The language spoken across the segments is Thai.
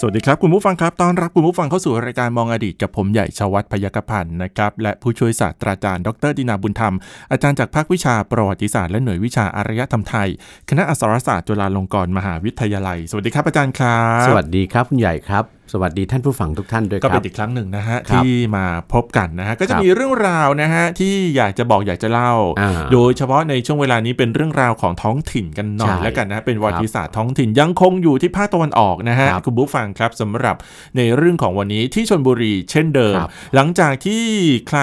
สวัสดีครับ คุณผู้ฟังครับต้อนรับคุณผู้ฟังเข้าสู่รายการมองอดีตกับผมใหญ่ชวัฒน์พยกพันธ์นะครับและผู้ช่วยศาสตราจารย์ดรดินาบุญธรรม อาจารย์จากภาควิชาประวัติศาสตร์และหน่วยวิชาอารยธรรมไทย คณะอักษรศาสตร์จุฬาลงกรณ์มหาวิทยาลัย สวัสดีครับอาจารย์ครับ สวัสดีครับคุณใหญ่ครับ สวัสดีท่านผู้ฟังทุกท่านด้วยค ก็เป็ รับ นอีกครั้งหนึ่งนะฮะ ครับ ที่มาพบกันนะฮะก็จะ ครับ มีเรื่องราวนะฮะที่อยากจะบอกอยากจะเล่า อ่า โดยเฉพาะในช่วงเวลานี้เป็นเรื่องราวของท้องถิ่นกันหน่อย ใช่ แล้วกันนะฮะเป็นประวัติศาสตร์ท้องถิ่นยังคงอยู่ที่ภาคตะวันออกนะฮะ ครับ คุณผู้ฟังครับสำหรับในเรื่องของวันนี้ที่ชนบุรีเช่นเดิม ครับ หลังจากที่ใคร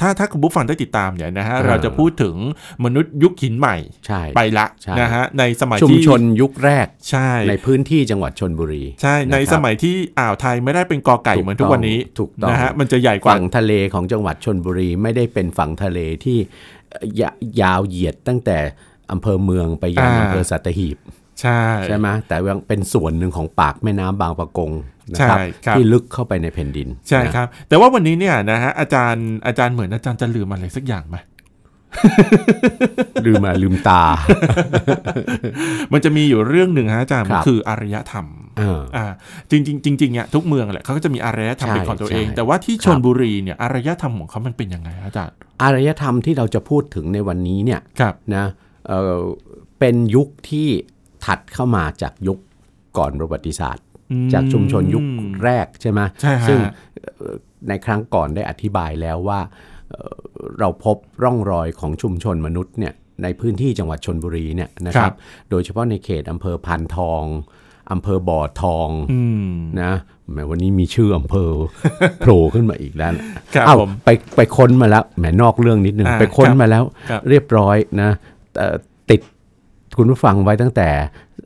ถ้าถ้าคุณผู้ฟังได้ติดตามเนี่ยนะฮะ อ่า เราจะพูดถึงมนุษย์ยุคหินใหม่ ใช่ ไปละ ใช่ นะฮะในสมัย ชุม ที่ ชนยุคแรก ใช่ ในพื้นที่จังหวัดชนบุรี ใช่ใน ะครับ สมัยที่อ่าวไทยไม่ได้เป็นกอไก่เหมือน ถู ทุ ก ก ต้อง วันนี้ ถูกต้อง นะฮะมันจะใหญ่กว่า ฝั่งทะเลของจังหวัดชนบุรีไม่ได้เป็นฝั่งทะเลที่เอ่อยะยาวเหยียดตั้งแต่อำเภอเมืองไปยัง อ่า อำเภอสัตหีบ ใช่ ใช่ไหมแต่ว่าเป็นส่วนหนึ่งของปากแม่น้ำบางปะกงนะครับ ใช่ครับ ที่ลึกเข้าไปในแผ่นดิน ใช่ นะ ครับ แต่ว่าวันนี้เนี่ยนะฮะอาจารย์อาจารย์เหมือนอาจารย์จะลืมอะไรสักอย่างไหม ลืมมาลืมตา มันจะมีอยู่เรื่องหนึ่งฮะอาจารย์ ครับ คืออารยธรรม เออ อ่าจริงจริงๆจริงๆเนี่ยทุกเมืองแหละเขาก็จะมีอารยธรรม ใช่ เป็นของตัวเอง ใช่ แต่ว่าที่ชนบุรีเนี่ยอารยธรรมของเขามันเป็นยังไงฮะอาจารย์ อารยธรรมที่เราจะพูดถึงในวันนี้เนี่ย ครับ นะเอ่อเป็นยุคที่ถัดเข้ามาจากยุคก่อนประวัติศาสตร์ อื จากชุมชนยุคแรกใช่ไหม ใช่ฮะ ซึ่งเอ่อในครั้งก่อนได้อธิบายแล้วว่าเอ่อเราพบร่องรอยของชุมชนมนุษย์เนี่ยในพื้นที่จังหวัดชนบุรีเนี่ยนะครับ โดยเฉพาะในเขตอำเภอพานทองอำเภอบ่อทอง อืม นะแหมวันนี้มีชื่ออำเภ อ โผล่ขึ้นมาอีกแล้วนะครับ เอ้า ผม ไปไปค้นมาแล้วแหมนอกเรื่องนิดนึง อ่า ไปค้น ครับ มาแล้ว ครับ เรียบร้อยนะเอ่อติดคุณผู้ฟังไว้ตั้งแต่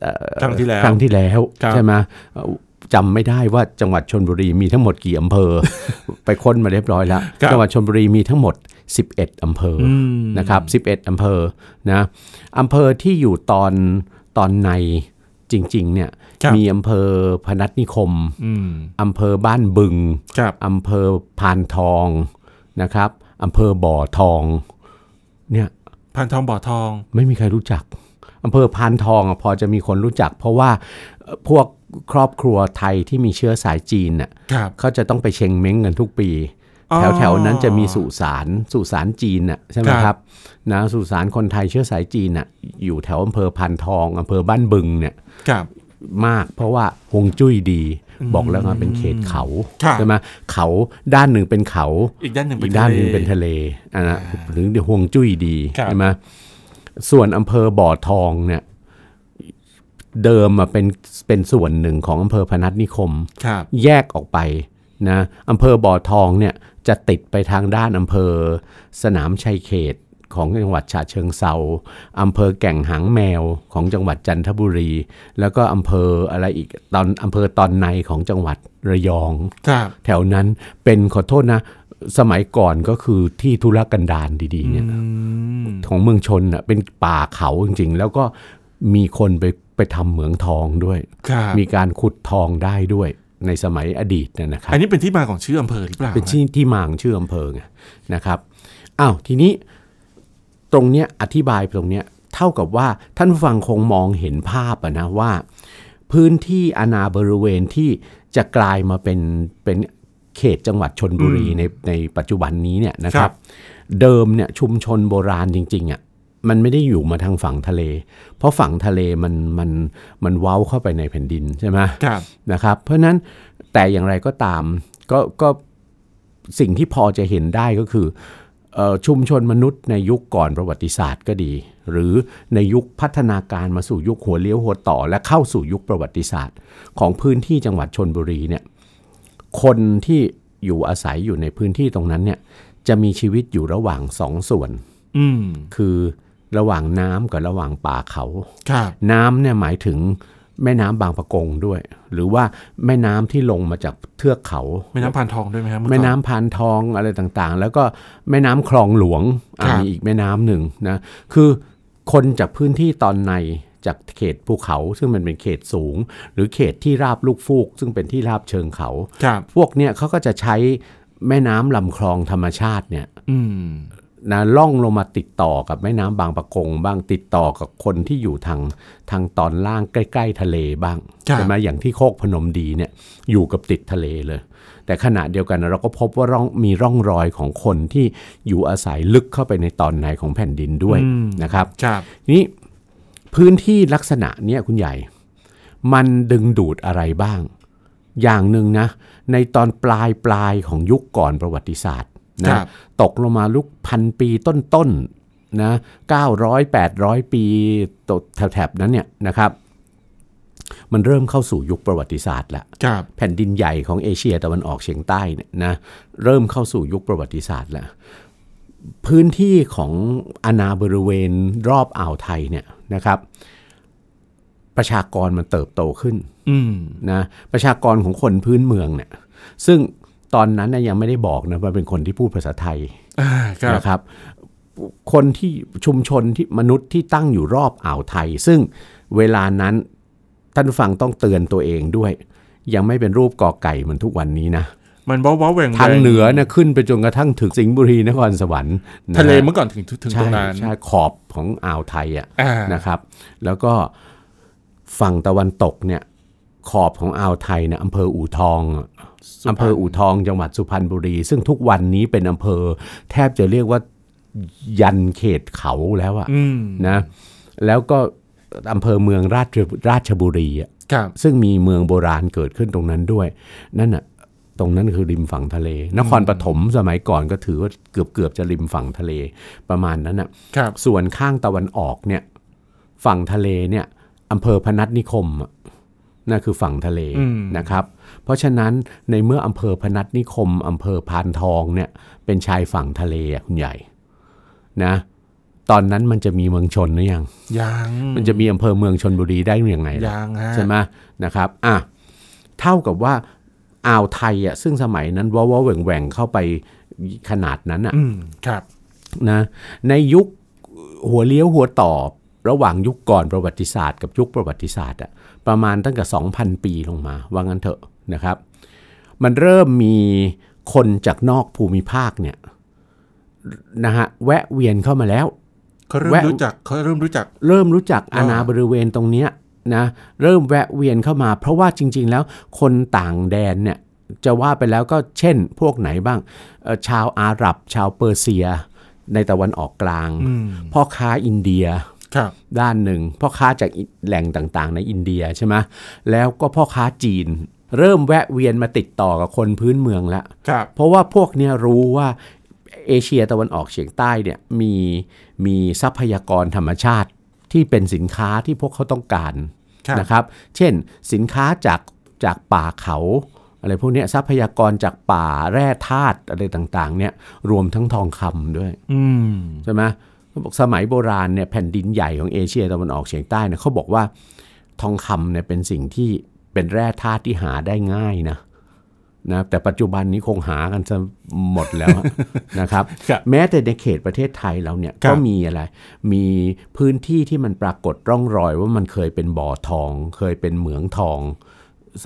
เอ่อ ครั้งที่แล้ว ครั้งที่แล้ว ครับ ใช่ไหมเอ่อจำไม่ได้ว่าจังหวัดชนบุรีมีทั้งหมดกี่อำเภ อ ไปค้นมาเรียบร้อยแล้ว ครับ จังหวัดชนบุรีมีทั้งหมด 11 อำเภออ ม นะครับ 11 อำเภอนะอำเภอที่อยู่ตอนตอนในจริงๆเนี่ย ครับ มีอำเภอพนัสนิคม อืม อำเภอบ้านบึง ครับ อำเภอพานทองนะครับอำเภอบ่อทองเนี่ย พันทองบ่อทอง ไม่มีใครรู้จักอำเภอพานทองอะพอจะมีคนรู้จัก เพราะว่าเอ่อพวกครอบครัวไทยที่มีเชื้อสายจีนน่ะ ครับ เขาจะต้องไปเชงเม้งกันทุกปี อ๋อ แถวแถวๆนั้นจะมีสุสานสุสานจีนน่ะใช่ไหม ครับ ครับนะสุสานคนไทยเชื้อสายจีนน่ะอยู่แถวอำเภอพานทองอำเภอบ้านบึงเนี่ย ครับ มากเพราะว่าฮวงจุ้ยดี บอกแล้วว่าเป็นเขตเขา ครับ ใช่ไหมเขาด้านหนึ่งเป็นเขา อีกด้านหนึ่งเป็ อี น กด้านหนึ่ง ทะเล เป็นทะเลอันนะหรือเดี๋ยวฮวงจุ้ยดี ครับ ใช่ไหมส่วนอำเภอบ่อทองเนี่ยเดิมอะเป็นเป็นส่วนหนึ่งของอำเภอพนัสนิคม ครับ แยกออกไปนะอำเภอบ่อทองเนี่ยจะติดไปทางด้านอำเภอสนามชัยเขตของจังหวัดฉะเชิงเซาอำเภอแก่งหางแมวของจังหวัดจันทบุรี แล้วก็อำเภออะไรอีกตอนอำเภอตอนในของจังหวัดระยอง ครับ แถวนั้นเป็นขอโทษนะ สมัยก่อนก็คือที่ธุรกันดารดีๆเนี่ย อืม ของเมืองชนน่ะเป็นป่าเขาจริงๆ แล้วก็มีคนไปไปทำเหมืองทองด้วย ครับ มีการขุดทองได้ด้วยในสมัยอดีตเนยนะครับ อันนี้เป็นที่มาของชื่ออำเภอหรือเปล่า เป็นที่ที่มาของชื่ออำเภอไงนะครับอ้าวทีนี้ตรงเนี้ยอธิบายตรงเนี้ยเท่ากับว่าท่านผู้ฟังคงมองเห็นภาพอะนะว่า พื้นที่อาณาบริเวณที่จะกลายมาเป็นเป็นเขตจังหวัดชนบุรีในในปัจจุบันนี้เนี่ยนะครับ เดิมเนี่ยชุมชนโบราณจริงๆอะ่ะมันไม่ได้อยู่มาทางฝั่งทะเล เพราะฝั่งทะเลมันมันมันเว้าเข้าไปในแผ่นดินใช่ไหม ครับ นะครับเพราะฉะนั้นแต่อย่างไรก็ตามก็ก็สิ่งที่พอจะเห็นได้ก็คือเออชุมชนมนุษย์ในยุคก่อนประวัติศาสตร์ก็ดี หรือในยุคพัฒนาการมาสู่ยุคหัวเลี้ยวหัวต่อ และเข้าสู่ยุคประวัติศาสตร์ ของพื้นที่จังหวัดชนบุรีเนี่ยคนที่อยู่อาศัยอยู่ในพื้นที่ตรงนั้นเนี่ยจะมีชีวิตอยู่ระหว่างสองส่วน อืม คือระหว่างน้ำกับระหว่างป่าเขา ครับ น้ำเนี่ยหมายถึง แม่น้ำบางปะกงด้วย หรือว่าแม่น้ำที่ลงมาจากเทือกเขา แม่น้ำพานทองด้วยไหมครับเอก่อ แม่น้ำพานทองอะไรต่างๆ แล้วก็แม่น้ำคลองหลวงอ่ะ ครับ มีอีกแม่น้ำหนึ่งนะคือคนจากพื้นที่ตอนในจากเขตภูเขา ซึ่งมันเป็นเขตสูง หรือเขตที่ราบลูกฟูก ซึ่งเป็นที่ราบเชิงเขา ครับ พวกเนี่ยเขาก็จะใช้แม่น้ำลำคลองธรรมชาติเนี่ย อืม นะล่องลงมาติดต่อกับแม่น้ำบางปะกง บ้างติดต่อกับคนที่อยู่ทางทางตอนล่างใกล้ ๆ ทะเลบ้าง ครับ ใช่ไหมอย่างที่โคกพนมดีเนี่ยอยู่กับติดทะเลเลย แต่ขณะเดียวกันเราก็พบว่าร่องมีร่องรอยของคนที่อยู่อาศัยลึกเข้าไปในตอนในของแผ่นดินด้วยนะครับ ครับ นี่พื้นที่ลักษณะเนี้ยคุณใหญ่ มันดึงดูดอะไรบ้าง อย่างหนึ่งนะ ในตอนปลายปลายของยุคก่อนประวัติศาสตร์ ค นะ รับ ตกลงมาลุกพันปีต้นๆนนะ900 800 ปีตกแถบๆนั้นเนี่ยนะครับ มันเริ่มเข้าสู่ยุคประวัติศาสตร์ละ ครับ แผ่นดินใหญ่ของเอเชียตะวันออกเฉียงใต้เนี่ยนะเริ่มเข้าสู่ยุคประวัติศาสตร์แล้ว พื้นที่ของอาณาบริเวณรอบอ่าวไทยเนี่ยนะครับ ประชากรมันเติบโตขึ้น อืม นะประชากรของคนพื้นเมืองเนี่ยซึ่งตอนนั้นน่ะยังไม่ได้บอกนะว่าเป็นคนที่พูดภาษาไทย อ่าครับ นะครับ คนที่ชุมชนที่มนุษย์ที่ตั้งอยู่รอบอ่าวไทย ซึ่งเวลานั้นท่านผู้ฟังต้องเตือนตัวเองด้วย ยังไม่เป็นรูปกอไก่เหมือนทุกวันนี้นะ มันว้าวว้าแหว่งแหว่ ทางเหนือนะขึ้นไปจนกระทั่งถึงสิงห์บุรีนครสวรรค์นฮ ทะเลเมื่อก่อนถึงถึงต ใช่ รงนั้น ใช่ขอบของอ่าวไทยอ่ะ อ่า นะครับ แล้วก็ฝั่งตะวันตกเนี่ยขอบของอ่าวไทยนะอำเภออู่ทองอะ สุพรรณ อำเภออู่ทองจังหวัดสุพรรณบุรี ซึ่งทุกวันนี้เป็นอำเภอ แทบจะเรียกว่ายันเขตเขาแล้วอะ อืม นะแล้วก็อำเภอเมืองราชราชบุรีอะ ครับ ซึ่งมีเมืองโบราณเกิดขึ้นตรงนั้นด้วย นั่นอะตรงนั้นคือริมฝั่งทะเล นครปฐมสมัยก่อนก็ถือว่าเกือบเกือบจะริมฝั่งทะเลประมาณนั้นอะ ครับ ส่วนข้างตะวันออกเนี่ยฝั่งทะเลเนี่ยอำเภอพนัสนิคมอะนั่นคือฝั่งทะเล อืม นะครับ เพราะฉะนั้นในเมื่ออำเภอพนัสนิคมอำเภอพานทองเนี่ยเป็นชายฝั่งทะเลอะคุณใหญ่นะตอนนั้นมันจะมีเมืองชนหรือยัง ยัง มันจะมีอำเภอเมืองชนบุรีได้ยังไงล่ะ ยังฮะ ใช่ไหมนะครับอ่ะเท่ากับว่าอ่าวไทยอ่ะซึ่งสมัยนั้นว้าวแหว่งแหว่งๆเข้าไปขนาดนั้นอ่ะ อืมครับ นะในยุคหัวเลี้ยวหัวต่อระหว่างยุคก่อนประวัติศาสตร์กับยุคประวัติศาสตร์อะประมาณตั้งแต่ 2,000 ปีลงมา ว่างั้นเถอะนะครับ มันเริ่มมีคนจากนอกภูมิภาคเนี่ยนะฮะแวะเวียนเข้ามาแล้ว เขาเริ่ม แวะ รู้จักเขาเริ่มรู้จัก เริ่มรู้จักอาณา อ่า บริเวณตรงเนี้ยนะเริ่มแวะเวียนเข้ามา เพราะว่าจริง ๆ แล้วคนต่างแดนเนี่ยจะว่าไปแล้วก็เช่นพวกไหนบ้างเอ่อชาวอาหรับ ชาวเปอร์เซีย ในตะวันออกกลาง อืม พ่อค้าอินเดีย ครับ ด้านหนึ่งพ่อค้าจากอิแหล่งต่างๆ ในอินเดียใช่ไหมแล้วก็พ่อค้าจีน เริ่มแวะเวียนมาติดต่อกับคนพื้นเมืองแล้ว ครับ เพราะว่าพวกเนี้ยรู้ว่าเอเชียตะวันออกเฉียงใต้เนี่ยมีมีทรัพยากรธรรมชาติที่เป็นสินค้าที่พวกเขาต้องการ ครับ นะครับ เช่นสินค้าจากจากป่าเขาอะไรพวกเนี้ยทรัพยากรจากป่าแร่ธาตุอะไรต่างๆเนี่ยรวมทั้งทองคำด้วย อืม ใช่ไหมเขาบอกสมัยโบราณเนี่ยแผ่นดินใหญ่ของเอเชียตะวันออกเฉียงใต้เนี่ยเขาบอกว่าทองคำเนี่ยเป็นสิ่งที่เป็นแร่ธาตุที่หาได้ง่ายนะนะแต่ปัจจุบันนี้คงหากันจะหมดแล้วอะ นะครับ ครับ แม้แต่ในเขตประเทศไทยเราเนี่ย ครั ก็ บ มีอะไร มีพื้นที่ที่มันปรากฏร่องรอยว่ามันเคยเป็นบ่อทอง เคยเป็นเหมืองทอง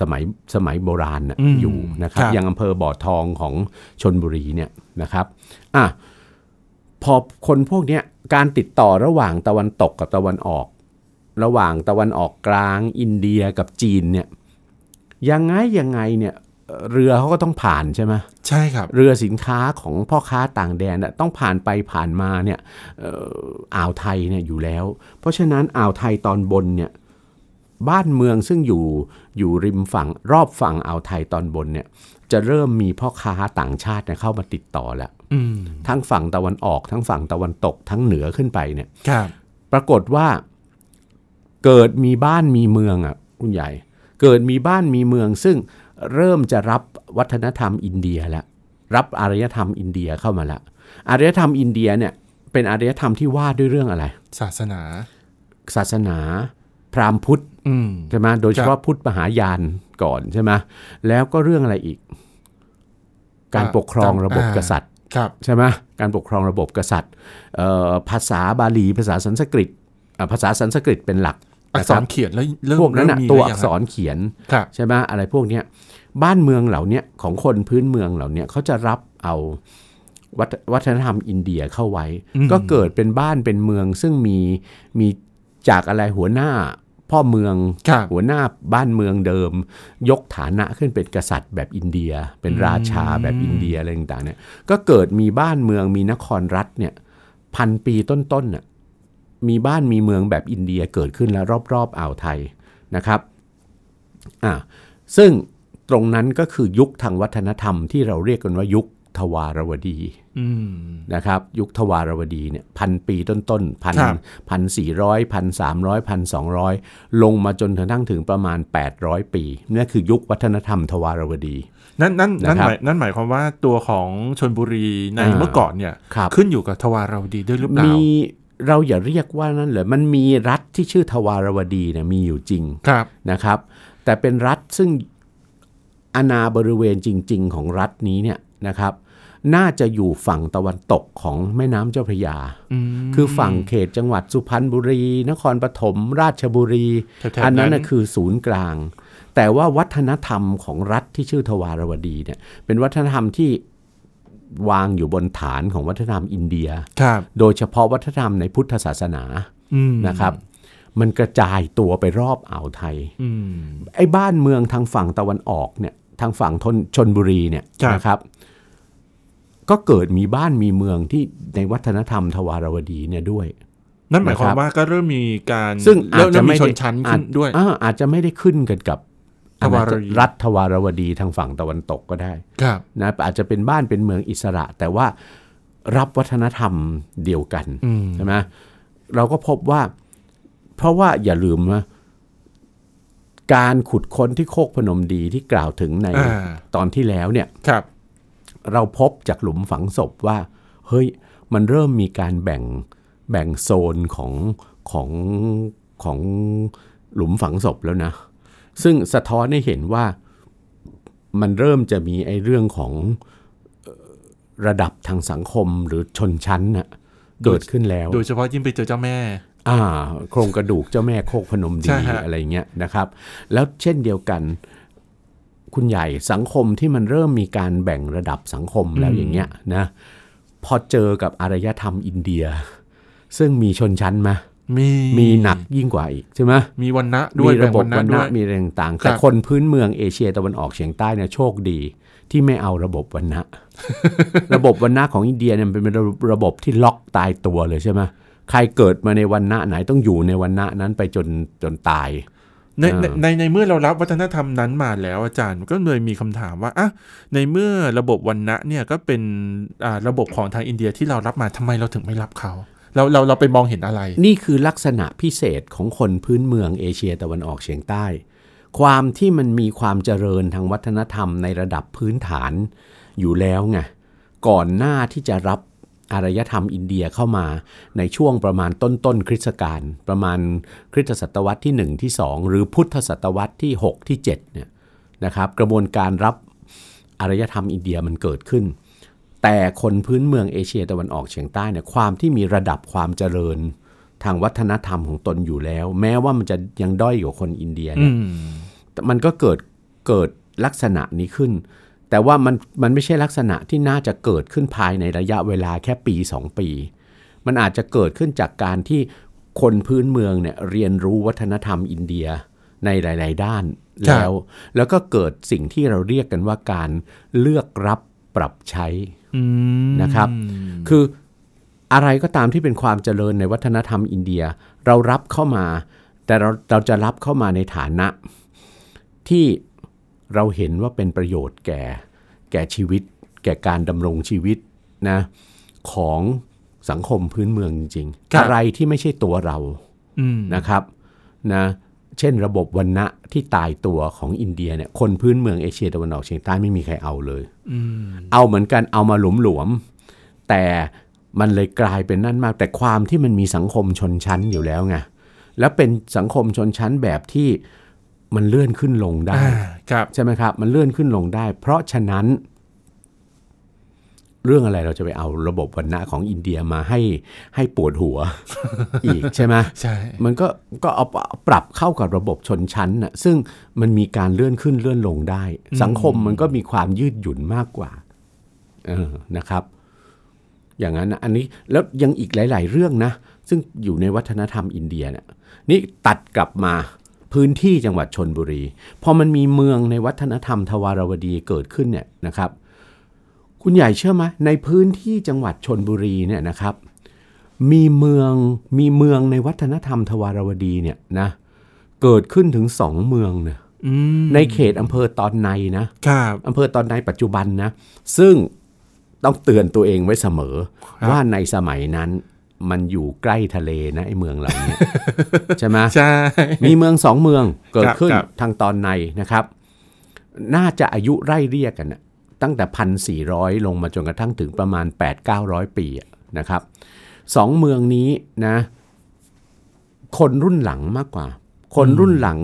สมัยสมัยโบราณน่ะ อืม อยู่นะครับ ครับ อย่างอำเภอบ่อทองของชนบุรีเนี่ยนะครับอ่ะพอคนพวกเนี้ยการติดต่อระหว่างตะวันตกกับตะวันออก ระหว่างตะวันออกกลางอินเดียกับจีนเนี่ยยังไงยังไงเนี่ยเอ่อเรือเขาก็ต้องผ่านใช่ไหม ใช่ครับ เรือสินค้าของพ่อค้าต่างแดนน่ะต้องผ่านไปผ่านมาเนี่ยเอ่ออ่าวไทยเนี่ยอยู่แล้ว เพราะฉะนั้นอ่าวไทยตอนบนเนี่ยบ้านเมืองซึ่งอยู่อยู่ริมฝั่งรอบฝั่งอ่าวไทยตอนบนเนี่ยจะเริ่มมีพ่อค้าต่างชาติเนี่ยเข้ามาติดต่อแล้ว อืม ทั้งฝั่งตะวันออกทั้งฝั่งตะวันตกทั้งเหนือขึ้นไปเนี่ย ครับ ปรากฏว่าเกิดมีบ้านมีเมืองอ่ะคุณใหญ่ เกิดมีบ้านมีเมืองซึ่งเริ่มจะรับวัฒนธรรมอินเดียแล้ว รับอารยธรรมอินเดียเข้ามาละอารยธรรมอินเดียเนี่ยเป็นอารยธรรมที่ว่าด้วยเรื่องอะไร ศาสนา ศาสนา พราหมณ์พุทธ อืม ใช่ไหมโดยเฉพาะพุทธมหายานก่อนใช่ไหมแล้วก็เรื่องอะไรอีก การ อ่า ปกครอง การ ระบบ อ่า กษัตริย์ ครับ ใช่ไหมการปกครองระบบกษัตริย์เอ่อภาษาบาลีภาษาสันสกฤตอ่าภาษาสันสกฤตเป็นหลัก อัก นะ ษ ครั ร บ เขียนแล้วเริ่ม พวกนั้น เริ่ น่ะ มมี ตัว แล้ว อั ยัง ก ฮะ ษรเขียน ครับ ใช่ไหมอะไรพวกเนี้ยบ้านเมืองเหล่าเนี้ยของคนพื้นเมืองเหล่าเนี้ยเขาจะรับเอาวัฒวัฒนธรรมอินเดียเข้าไว้ ก็เกิดเป็นบ้านเป็นเมืองซึ่งมีมีจากอะไรหัวหน้าพ่อเมือง ครับ หัวหน้าบ้านเมืองเดิม ยกฐานะขึ้นเป็นกษัตริย์แบบอินเดีย เป็นราชาแบบอินเดียอะไรต่างๆเนี่ยก็เกิดมีบ้านเมืองมีนครรัฐเนี่ยพันปีต้นๆน่ะมีบ้านมีเมืองแบบอินเดียเกิดขึ้นแล้วรอบๆอ่าวไทยนะครับอ่าซึ่งตรงนั้นก็คือยุคทางวัฒนธรรมที่เราเรียกกันว่ายุคทวารวดี อืม นะครับยุคทวารวดีเนี่ยพันปีต้นๆพัน ครับ พันสี่ร้อยพันสามร้อยพันสองร้อยลงมาจนกระทั่งถึงประมาณ 800 ปีนี่คือยุควัฒนธรรมทวารวดี นั่นนั่นนั่น นะครับ หมายนั่นหมายความว่าตัวของชนบุรีใน อ่า เมื่อก่อนเนี่ย ครับ ขึ้นอยู่กับทวาราวดีด้วยหรือเปล่า มีเราอย่าเรียกว่านั่นเลยมันมีรัฐที่ชื่อทวารวดีเนี่ยมีอยู่จริง ครับ นะครับ แต่เป็นรัฐซึ่งอาณาบริเวณจริง ๆ ของรัฐนี้เนี่ยนะครับ น่าจะอยู่ฝั่งตะวันตกของแม่น้ำเจ้าพระยา อืม คือฝั่งเขตจังหวัดสุพรรณบุรี นครปฐมราชบุรี แถวๆนั้น อันั้นนะคือศูนย์กลาง แต่ว่าวัฒนธรรมของรัฐที่ชื่อทวารวดีเนี่ยเป็นวัฒนธรรมที่วางอยู่บนฐานของวัฒนธรรมอินเดีย ครับ โดยเฉพาะวัฒนธรรมในพุทธศาสนา อืม นะครับ มันกระจายตัวไปรอบอ่าวไทย อืม ไอ้บ้านเมืองทางฝั่งตะวันออกเนี่ยทางฝั่งทนชนบุรีเนี่ย ครับ นะครับ ก็เกิดมีบ้านมีเมืองที่ในวัฒนธรรมทวารวดีเนี่ยด้วย นั่นหมายความ นะครับ ว่าก็เริ่มมีการ ซึ่ง เริ่ อาจ ม จะ เริ่ม ไม่ มีช ได้ นชั้น อาจ ขึ้นด้วย อ่าอาจจะไม่ได้ขึ้นกันกับ ทวารวดี รัฐทวารวดีทางฝั่งตะวันตกก็ได้ ครับ นะอาจจะเป็นบ้านเป็นเมืองอิสระ แต่ว่ารับวัฒนธรรมเดียวกัน อืม ใช่ไหมเราก็พบว่า เพราะว่าอย่าลืมว่าการขุดค้นที่โคกพนมดีที่กล่าวถึงใน อ่า ตอนที่แล้วเนี่ย ครับ เราพบจากหลุมฝังศพว่า เฮ้ยมันเริ่มมีการแบ่งแบ่งโซนของของของหลุมฝังศพแล้วนะ ซึ่งสะท้อนให้เห็นว่ามันเริ่มจะมีไอ้เรื่องของเอ่อระดับทางสังคมหรือชนชั้นน่ะ โดย เกิดขึ้นแล้ว โดยเฉพาะยิ่งไปเจอเจ้าแม่ อ่าโครงกระดูกเจ้าแม่โคกพนมดี ใช่ฮะ อะไรเงี้ยนะครับ แล้วเช่นเดียวกัน คุณใหญ่สังคมที่มันเริ่มมีการแบ่งระดับสังคมแล้วอย่างเงี้ยนะพอเจอกับอารยธรรมอินเดีย ซึ่งมีชนชั้นมา มี มีหนักยิ่งกว่าอีกใช่ไหม มีวันนะด้วย มีระบบ แง วัน ด้ ณะ วย มีอะไรต่างๆ ครั แต่ บ คนพื้นเมืองเอเชียตะวันออกเฉียงใต้เนี่ยโชคดีที่ไม่เอาระบบวันณะ ระบบวันณะของอินเดียเนี่ยมันเป็นระบบระบบที่ล็อกตายตัวเลยใช่ไหมใครเกิดมาในวันณะไหนต้องอยู่ในวันณะนั้นไปจนจนตาย ในใน อ่า ในในเมื่อเรารับวัฒนธรรมนั้นมาแล้วอาจารย์ก็เลยมีคำถามว่าอ่ะในเมื่อระบบวันนะเนี่ยก็เป็นอ่าระบบของทางอินเดียที่เรารับมาทำไมเราถึงไม่รับเขาเราเราเราไปมองเห็นอะไร นี่คือลักษณะพิเศษของคนพื้นเมืองเอเชียตะวันออกเฉียงใต้ ความที่มันมีความเจริญทางวัฒนธรรมในระดับพื้นฐานอยู่แล้วไงก่อนหน้าที่จะรับอารยธรรมอินเดียเข้ามาในช่วงประมาณต้นต้นๆคริสตกาลประมาณคริสตศตวรรษที่ 1 ที่ 2 หรือพุทธศตวรรษที่ 6 ที่7เนี่ยนะครับกระบวนการรับอารยธรรมอินเดียมันเกิดขึ้น แต่คนพื้นเมืองเอเชียตะวันออกเฉียงใต้เนี่ยความที่มีระดับความเจริญทางวัฒนธรรมของตนอยู่แล้ว แม้ว่ามันจะยังด้อยกว่าคนอินเดีย อื เนี่ย ม มันก็เกิดเกิดลักษณะนี้ขึ้น แต่ว่ามันมันไม่ใช่ลักษณะที่น่าจะเกิดขึ้นภายในระยะเวลาแค่ปี 2 ปี มันอาจจะเกิดขึ้นจากการที่คนพื้นเมืองเนี่ยเรียนรู้วัฒนธรรมอินเดียในหลาย ๆ ด้าน ครับ แล้ว แล้วก็เกิดสิ่งที่เราเรียกกันว่าการเลือกรับปรับใช้ อืม นะครับ คืออะไรก็ตามที่เป็นความเจริญในวัฒนธรรมอินเดีย เรารับเข้ามา แต่เราเราจะรับเข้ามาในฐานะ ที่เราเห็นว่าเป็นประโยชน์แก่ แก่ชีวิต แก่การดำรงชีวิตนะของสังคมพื้นเมืองจริงๆอะไรที่ไม่ใช่ตัวเรา อืม นะครับนะเช่นระบบวันณะที่ตายตัวของอินเดียเนี่ยคนพื้นเมืองเอเชียตะวันออกเฉียงใต้ไม่มีใครเอาเลย อืม เอาเหมือนกันเอามาหลวมหลวมๆแต่มันเลยกลายเป็นนั่นมาก แต่ความที่มันมีสังคมชนชั้นอยู่แล้วไง และเป็นสังคมชนชั้นแบบที่มันเลื่อนขึ้นลงได้ อ่าครับ ใช่ไหมครับ มันเลื่อนขึ้นลงได้ เพราะฉะนั้น เรื่องอะไรเราจะไปเอาระบบวันณะของอินเดียมาให้ให้ปวดหัว อีกใช่ไหม ใช่ มันก็ก็เอาปรับเข้ากับระบบชนชั้นน่ะซึ่งมันมีการเลื่อนขึ้นเลื่อนลงได้ สังคมมันก็มีความยืดหยุ่นมากกว่าเออนะครับ อย่างนั้นนะอันนี้แล้วยังอีกหลาย ๆ เรื่องนะ ซึ่งอยู่ในวัฒนธรรมอินเดียเนี่ยนี่ตัดกลับมาพื้นที่จังหวัดชนบุรี พอมันมีเมืองในวัฒนธรรมทวารวดีเกิดขึ้นเนี่ยนะครับ คุณใหญ่เชื่อไหมในพื้นที่จังหวัดชนบุรีเนี่ยนะครับ มีเมืองมีเมืองในวัฒนธรรมทวารวดีเนี่ยนะเกิดขึ้นถึงสองเมืองนะ อืม ในเขตอำเภอตอนในนะครับ อำเภอตอนในปัจจุบันนะซึ่งต้องเตือนตัวเองไว้เสมอ ครับ ว่าในสมัยนั้นมันอยู่ใกล้ทะเลนะไอ้เมืองเหล่า นี้ ใช่ไหม ใช่ มีเมืองสองเมืองเกิ ค ด รับ ขึ้น ครับ ทางตอนในนะครับ น่าจะอายุไล่เรียกกันนะตั้งแต่ 1,400 ลงมาจนกระทั่งถึงประมาณ 8-900 ปีอะนะครับสองเมืองนี้นะคนรุ่นหลังมากกว่า คนรุ่นหลัง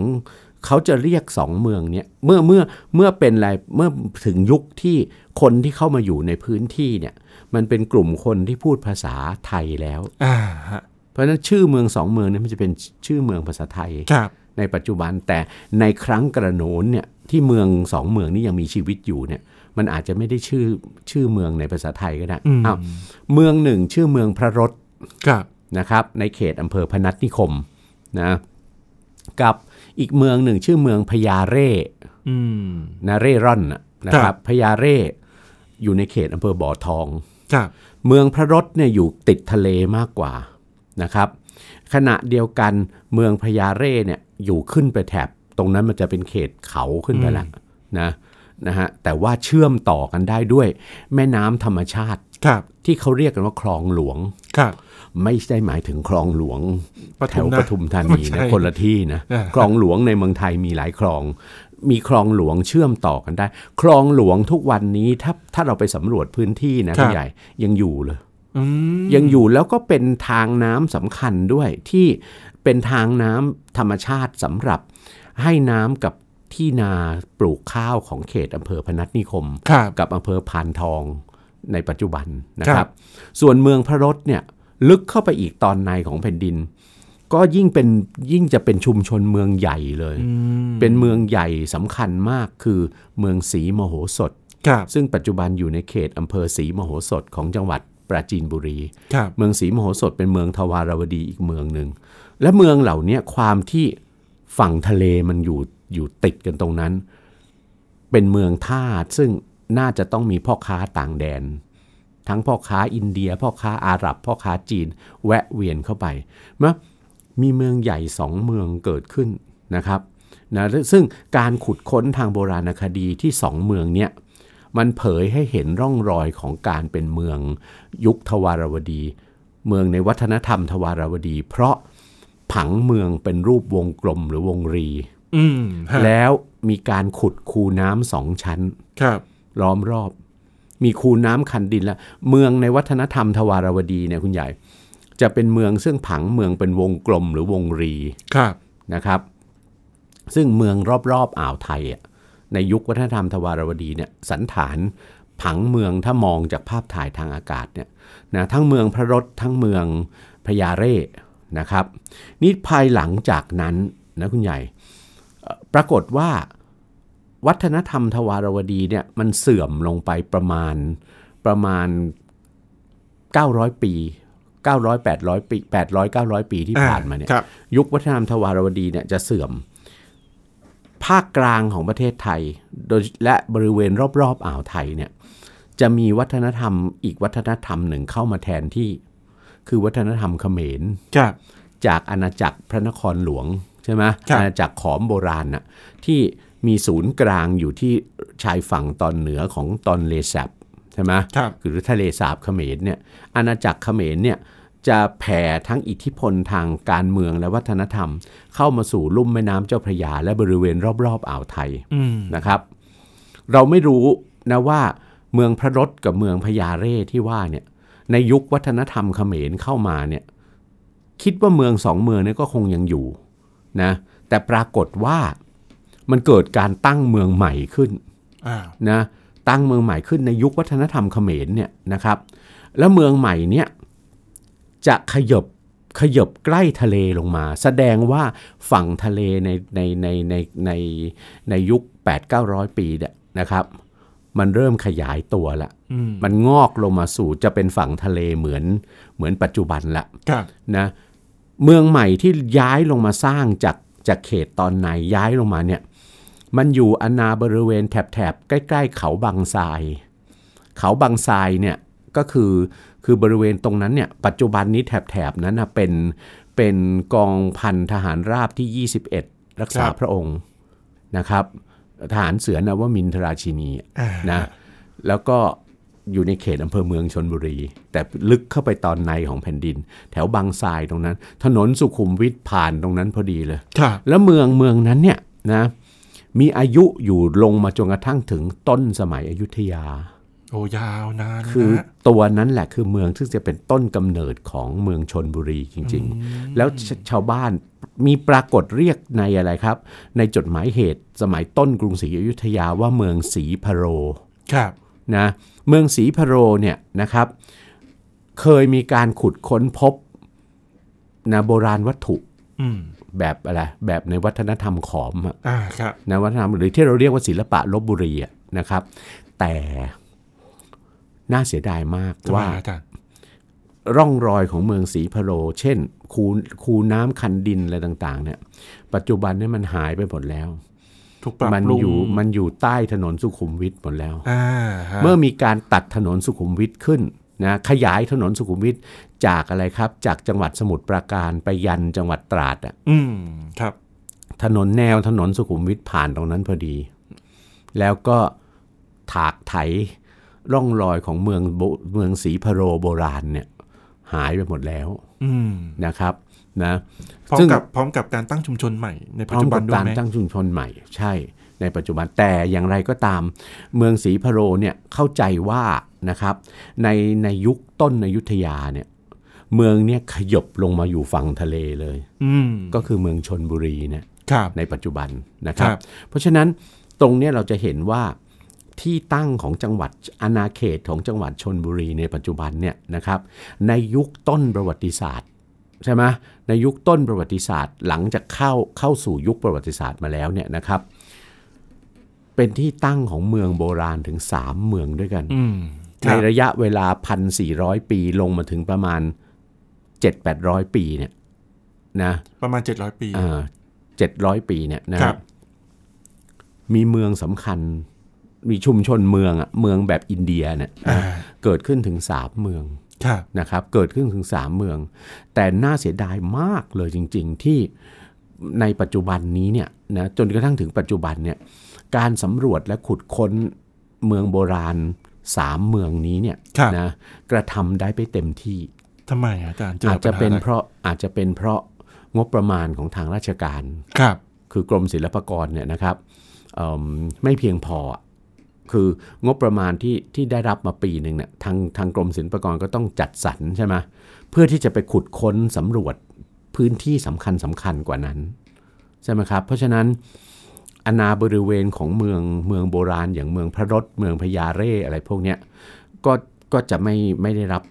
เขาจะเรียกสองเมืองเนี้ยเมื่อเมื่อเมื่อเป็นอะไรเมื่อถึงยุคที่คนที่เข้ามาอยู่ในพื้นที่เนี่ยมันเป็นกลุ่มคนที่พูดภาษาไทยแล้ว อ่าฮะ เพราะฉะนั้นชื่อเมืองสองเมืองเนี่ยมันจะเป็นชื่อเมืองภาษาไทย ครับ ในปัจจุบันแต่ในครั้งกระโน้นเนี่ยที่เมืองสองเมืองนี้ยังมีชีวิตอยู่เนี่ยมันอาจจะไม่ได้ชื่อชื่อเมืองในภาษาไทยก็ได้ อืม อ้าวเมืองหนึ่งชื่อเมืองพระรถ ครับ นะครับในเขตอำเภอพนัสนิคมนะกับอีกเมืองหนึ่งชื่อเมืองพญาเร่ อืม นะเร่ร่อนน่ะนะค ครั รับบ พญาเร่อยู่ในเขตอำเภอบ่อทอง ครับ เมืองพระรถเนี่ยอยู่ติดทะเลมากกว่านะครับ ขณะเดียวกันเมืองพญาเร่เนี่ยอยู่ขึ้นไปแถบ ตรงนั้นมันจะเป็นเขตเขาขึ้นไปแล้วนะนะฮะแต่ว่าเชื่อมต่อกันได้ด้วย แม่น้ำธรรมชาติ ครับ ที่เขาเรียกกันว่าคลองหลวง ครับ ไม่ใช่หมายถึงคลองหลวง ปทุมนะ แถวปทุมธา ไม่ นี ใช่ นะคนละที่นะ อ่า คลองหลวงในเมืองไทยมีหลายคลอง มีคลองหลวงเชื่อมต่อกันได้ คลองหลวงทุกวันนี้ถ้าถ้าเราไปสำรวจพื้นที่นะพี่ใหญ่ยังอยู่เลย อืม ยังอยู่แล้วก็เป็นทางน้ำสำคัญด้วยที่เป็นทางน้ำธรรมชาติสำหรับให้น้ำกับที่นาปลูกข้าวของเขตอำเภอพนัสนิคม ครับ กับอำเภอพานทองในปัจจุบันนะ ค ค รั รับ บ ส่วนเมืองพระรถเนี่ยลึกเข้าไปอีกตอนในของแผ่นดิน ก็ยิ่งเป็นยิ่งจะเป็นชุมชนเมืองใหญ่เลย อืม เป็นเมืองใหญ่สำคัญมากคือเมืองศรีมโหสถ ครับ ซึ่งปัจจุบันอยู่ในเขตอำเภอศรีมโหสถของจังหวัดปราจีนบุรี ครับ เมืองศรีมโหสถเป็นเมืองทวารวดีอีกเมืองหนึ่ง และเมืองเหล่าเนี้ยความที่ฝั่งทะเลมันอยู่อยู่ติดกันตรงนั้น เป็นเมืองท่าซึ่งน่าจะต้องมีพ่อค้าต่างแดน ทั้งพ่อค้าอินเดีย พ่อค้าอาหรับ พ่อค้าจีน แวะเวียนเข้าไปมะมีเมืองใหญ่สองเมืองเกิดขึ้นนะครับนะซึ่งการขุดค้นทางโบราณคดีที่สองเมืองเนี้ย มันเผยให้เห็นร่องรอยของการเป็นเมืองยุคทวารวดี เมืองในวัฒนธรรมทวารวดี เพราะผังเมืองเป็นรูปวงกลมหรือวงรี อืมฮะ แล้วมีการขุดคูน้ำสองชั้น ครับ ล้อมรอบ มีคูน้ำคันดินและเมืองในวัฒนธรรมทวารวดีเนี่ยคุณใหญ่ จะเป็นเมืองซึ่งผังเมืองเป็นวงกลมหรือวงรี ครับ นะครับ ซึ่งเมืองรอบๆอ่าวไทยอะในยุควัฒนธรรมทวารวดีเนี่ยสันฐานผังเมืองถ้ามองจากภาพถ่ายทางอากาศเนี่ยนะทั้งเมืองพระรถทั้งเมืองพญาเร่นะครับ นี่ภายหลังจากนั้นนะคุณใหญ่เอ่อปรากฏว่าวัฒนธรรมทวารวดีเนี่ยมันเสื่อมลงไปประมาณประมาณ 900 ปี 900 800 ปี 800 900 ปีที่ผ่านมาเนี่ย ครับ ยุควัฒนธรรมทวารวดีเนี่ยจะเสื่อม ภาคกลางของประเทศไทย โดยและบริเวณรอบๆอ่าวไทยเนี่ยจะมีวัฒนธรรมอีกวัฒนธรรมหนึ่งเข้ามาแทนที่ คือวัฒนธรรมเขมร ครับ จากอาณาจักรพระนครหลวงใช่ไหม ครับ อาณาจักรขอมโบราณน่ะที่มีศูนย์กลางอยู่ที่ชายฝั่งตอนเหนือของตอนเลแซบใช่ไหม ครับ หรือทะเลสาบเขมรเนี่ยอาณาจักรเขมรเนี่ยจะแผ่ทั้งอิทธิพลทางการเมืองและวัฒนธรรม เข้ามาสู่ลุ่มแม่น้ำเจ้าพระยาและบริเวณรอบๆอ่าวไทย อืม นะครับ เราไม่รู้นะว่าเมืองพระรถกับเมืองพญาเร่ที่ว่าเนี่ยในยุควัฒนธรรมเขมรเข้ามาเนี่ย คิดว่าเมืองสองเมืองเนี่ยก็คงยังอยู่นะแต่ปรากฏว่ามันเกิดการตั้งเมืองใหม่ขึ้น อ่า นะตั้งเมืองใหม่ขึ้นในยุควัฒนธรรมเขมรเนี่ยนะครับ แล้วเมืองใหม่เนี่ยจะขยบขยบใกล้ทะเลลงมา แสดงว่าฝั่งทะเลในในในในในในยุค 8-900 ปีเนี่ยนะครับ มันเริ่มขยายตัวละ อืม มันงอกลงมาสู่จะเป็นฝั่งทะเลเหมือนเหมือนปัจจุบันละ ครับ นะเมืองใหม่ที่ย้ายลงมาสร้างจากจากเขตตอนไหนย้ายลงมาเนี่ยมันอยู่อนาบริเวณแถบแถบๆใกล้ๆ เขาบางทราย เขาบางทรายเนี่ยก็คือคือบริเวณตรงนั้นเนี่ยปัจจุบันนี้แถบแถบๆนั้นนะเป็นเป็นกองพันทหารราบที่ 21 รักษาพระองค์นะครับทหารเสือนวมินทราชินี อ่า นะแล้วก็อยู่ในเขตอำเภอเมืองชนบุรี แต่ลึกเข้าไปตอนในของแผ่นดิน แถวบางทรายตรงนั้น ถนนสุขุมวิทผ่านตรงนั้นพอดีเลย ครับ แล้วเมืองเมืองนั้นเนี่ยนะมีอายุอยู่ลงมาจนกระทั่งถึงต้นสมัยอยุธยา โอ้ยาวนานนะ คือตัวนั้นแหละคือเมืองซึ่งจะเป็นต้นกำเนิดของเมืองชนบุรีจริง ๆ แล้วชชาวบ้านมีปรากฏเรียกในอะไรครับ ในจดหมายเหตุสมัยต้นกรุงศรีอยุธยาว่าเมืองศรีพะโร ครับ นะเมืองศรีพะโรเนี่ยนะครับเคยมีการขุดค้นพบนะโบราณวัตถุ อืม แบบอะไรแบบในวัฒนธรรมขอมอะ อ่าครับ นะวัฒนธรรมหรือที่เราเรียกว่าศิลปะลบบุรีอะนะครับ แต่น่าเสียดายมาก ทำไม ว่า อาจารย์ ร่องรอยของเมืองศรีพะโร เช่น คูคูน้ำคันดินอะไรต่างๆเนี่ยปัจจุบันเนี่ยมันหายไปหมดแล้ว ถูกปรับ มัน ปรุง อยู่มันอยู่ใต้ถนนสุขุมวิทหมดแล้ว อ่าฮะ เมื่อมีการตัดถนนสุขุมวิทขึ้นนะขยายถนนสุขุมวิทจากอะไรครับ จากจังหวัดสมุทรปราการไปยันจังหวัดตราดอะ อืมครับ ถนนแนวถนนสุขุมวิทผ่านตรงนั้นพอดี แล้วก็ถากไถร่องรอยของเมืองโบเมืองศรีพะโรโบราณเนี่ยหายไปหมดแล้ว อืม นะครับนะ พร้อม ซึ่ง กับพร้อมกับการตั้งชุมชนใหม่ใน พ ปัจ ร้อม จุบั กัน บ ด้วย การ ไหม ตั้งชุมชนใหม่ ใช่ ในปัจจุบันแต่อย่างไรก็ตาม เมืองศรีพะโรเนี่ยเข้าใจว่านะครับ ในในยุคต้นอยุธยาเนี่ยเมืองเนี่ยขยบลงมาอยู่ฝั่งทะเลเลย อืม ก็คือเมืองชนบุรีเนี่ย ครับ ในปัจจุบันนะครับ ครับ เพราะฉะนั้นตรงเนี้ยเราจะเห็นว่าที่ตั้งของจังหวัดอาณาเขตของจังหวัดชนบุรีในปัจจุบันเนี่ยนะครับ ในยุคต้นประวัติศาสตร์ใช่ไหมในยุคต้นประวัติศาสตร์ หลังจากเข้าเข้าสู่ยุคประวัติศาสตร์มาแล้วเนี่ยนะครับ เป็นที่ตั้งของเมืองโบราณถึง 3 เมืองด้วยกัน อืมค ใน รับ ระยะเวลา 1,400 ปีลงมาถึงประมาณ 7-800 ปีเนี่ยนะ ประมาณ 700 ปี เจ็ดร้อยปีเนี่ยนะ ครับ มีเมืองสำคัญ มีชุมชนเมืองอะเมืองแบบอินเดียเนี่ย อ่า เกิดขึ้นถึงสามเมือง ครับ นะครับ เกิดขึ้นถึงสามเมือง แต่น่าเสียดายมากเลยจริง ๆ ที่ในปัจจุบันนี้เนี่ยนะจนกระทั่งถึงปัจจุบันเนี่ยการสำรวจและขุดค้นเมืองโบราณสามเมืองนี้เนี่ย ครับ นะกระทำได้ไปเต็มที่ ทำไมอาจารย์ อาจจะเป็น ญหอ เพ ไร ราะอาจจะเป็นเพราะงบประมาณของทางราชการ ครับ คือกรมศิลปากรเนี่ยนะครับเอิ่มไม่เพียงพออะคืองบประมาณที่ที่ได้รับมาปีหนึ่งเนี่ยทางทางกรมศิลปากรก็ต้องจัดสรรใช่ไหมเพื่อที่จะไปขุดค้นสำรวจพื้นที่สำคัญสำคัญกว่านั้นใช่ไหมครับเพราะฉะนั้นอนาบริเวณของเมืองเมืองโบราณ อย่างเมืองพระรถเมืองพญาเร่อะไรพวกเนี้ยก็ก็จะไม่ไม่ได้รับ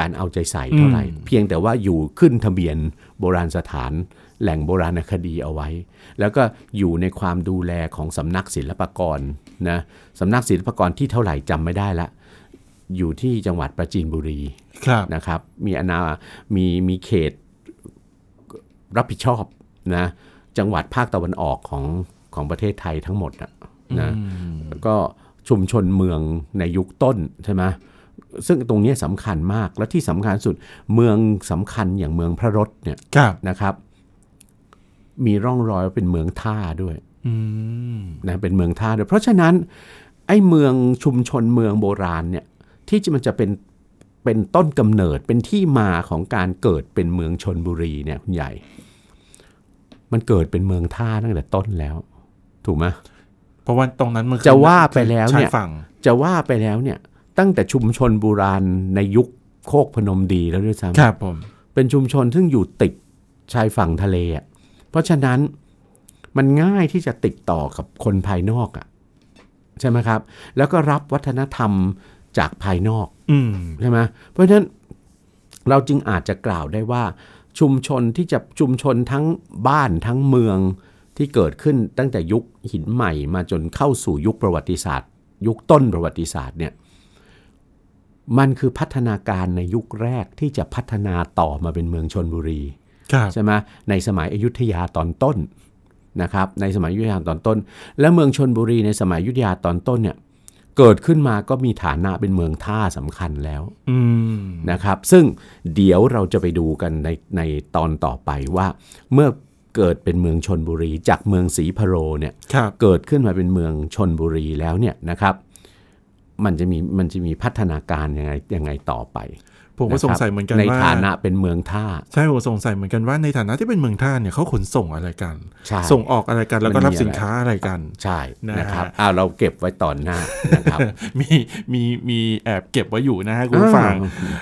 การเอาใจใส่เท่าไหร่ อืม เพียงแต่ว่าอยู่ขึ้นทะเบียนโบราณสถาน แหล่งโบราณคดีเอาไว้ แล้วก็อยู่ในความดูแลของสำนักศิลปากรนะสำนักศิลปากรที่เท่าไหร่จำไม่ได้ละ อยู่ที่จังหวัดประจีนบุรี ครับ นะครับ มีอนา มีมีเขตรับผิดชอบนะจังหวัดภาคตะวันออกของของประเทศไทยทั้งหมดนะนะ แล้วก็ชุมชนเมืองในยุคต้นใช่ไหมซึ่งตรงเนี้ยสำคัญมากและที่สำคัญสุดเมืองสำคัญอย่างเมืองพระรถเนี่ย ครับ นะครับ มีร่องรอยว่าเป็นเมืองท่าด้วย อืม นะเป็นเมืองท่าด้วย เพราะฉะนั้นไอ้เมืองชุมชนเมืองโบราณเนี่ยที่จะมันจะเป็นเป็นต้นกำเนิดเป็นที่มาของการเกิดเป็นเมืองชนบุรีเนี่ยคุณใหญ่ มันเกิดเป็นเมืองท่าตั้งแต่ต้นแล้ว ถูกไหม เพราะว่าตรงนั้นมันคือ จะว่าไปแล้วเนี่ย ชาฝั่ง จะว่าไปแล้วเนี่ยตั้งแต่ชุมชนโบราณในยุคโคกพนมดีแล้วด้วยซ้ำ ครับผม เป็นชุมชนซึ่งอยู่ติดชายฝั่งทะเลอะเพราะฉะนั้นมันง่ายที่จะติดต่อกับคนภายนอกอะใช่ไหมครับ แล้วก็รับวัฒนธรรมจากภายนอก อืม ใช่ไหมเพราะฉะนั้นเราจึงอาจจะกล่าวได้ว่าชุมชนที่จะชุมชนทั้งบ้านทั้งเมืองที่เกิดขึ้นตั้งแต่ยุคหินใหม่มาจนเข้าสู่ยุคประวัติศาสตร์ ยุคต้นประวัติศาสตร์เนี่ยมันคือพัฒนาการในยุคแรกที่จะพัฒนาต่อมาเป็นเมืองชนบุรี ครับ ใช่ไหมในสมัยอยุธยาตอนต้นนะครับในสมัยอยุธยาตอนต้น และเมืองชนบุรีในสมัยอยุธยาตอนต้นเนี่ยเกิดขึ้นมาก็มีฐานะเป็นเมืองท่าสำคัญแล้ว อืม นะครับ ซึ่งเดี๋ยวเราจะไปดูกันในในตอนต่อไปว่า เมื่อเกิดเป็นเมืองชนบุรี จากเมืองศรีพะโรเนี่ย ครับ เกิดขึ้นมาเป็นเมืองชนบุรีแล้วเนี่ยนะครับ มันจะมีมันจะมีพัฒนาการยังไงยังไงต่อไป ผมก็ ะครับ สงสัยเหมือนกัน ใน ว่า ฐานะเป็นเมืองท่า ใช่ผมสงสัยเหมือนกันว่าในฐานะที่เป็นเมืองท่าเนี่ยเขาขนส่งอะไรกัน ใช่ ส่งออกอะไรกันแล้วก็ มันมี รับสิน อะไร ค้าอะไรกัน ใช่ นะฮะ นะครับอ้าวเราเก็บไว้ตอนหน้า นะครับ มีมีมีแอบเก็บไว้อยู่นะฮะคุณผู้ฟัง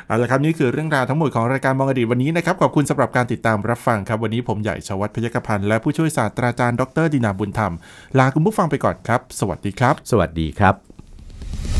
เอาละครับนี่คือเรื่องราวทั้งหมดของรายการมองอดีตวันนี้นะครับขอบคุณสำหรับการติดตามรับฟังครับ วันนี้ผมใหญ่ชวัฒน์พยกพันธ์และผู้ช่วยศาสตราจารย์ดรดินาบุญธรรม ลาคุณผู้ฟังไปก่อนครับ สวัสดีครับ สวัสดีครับ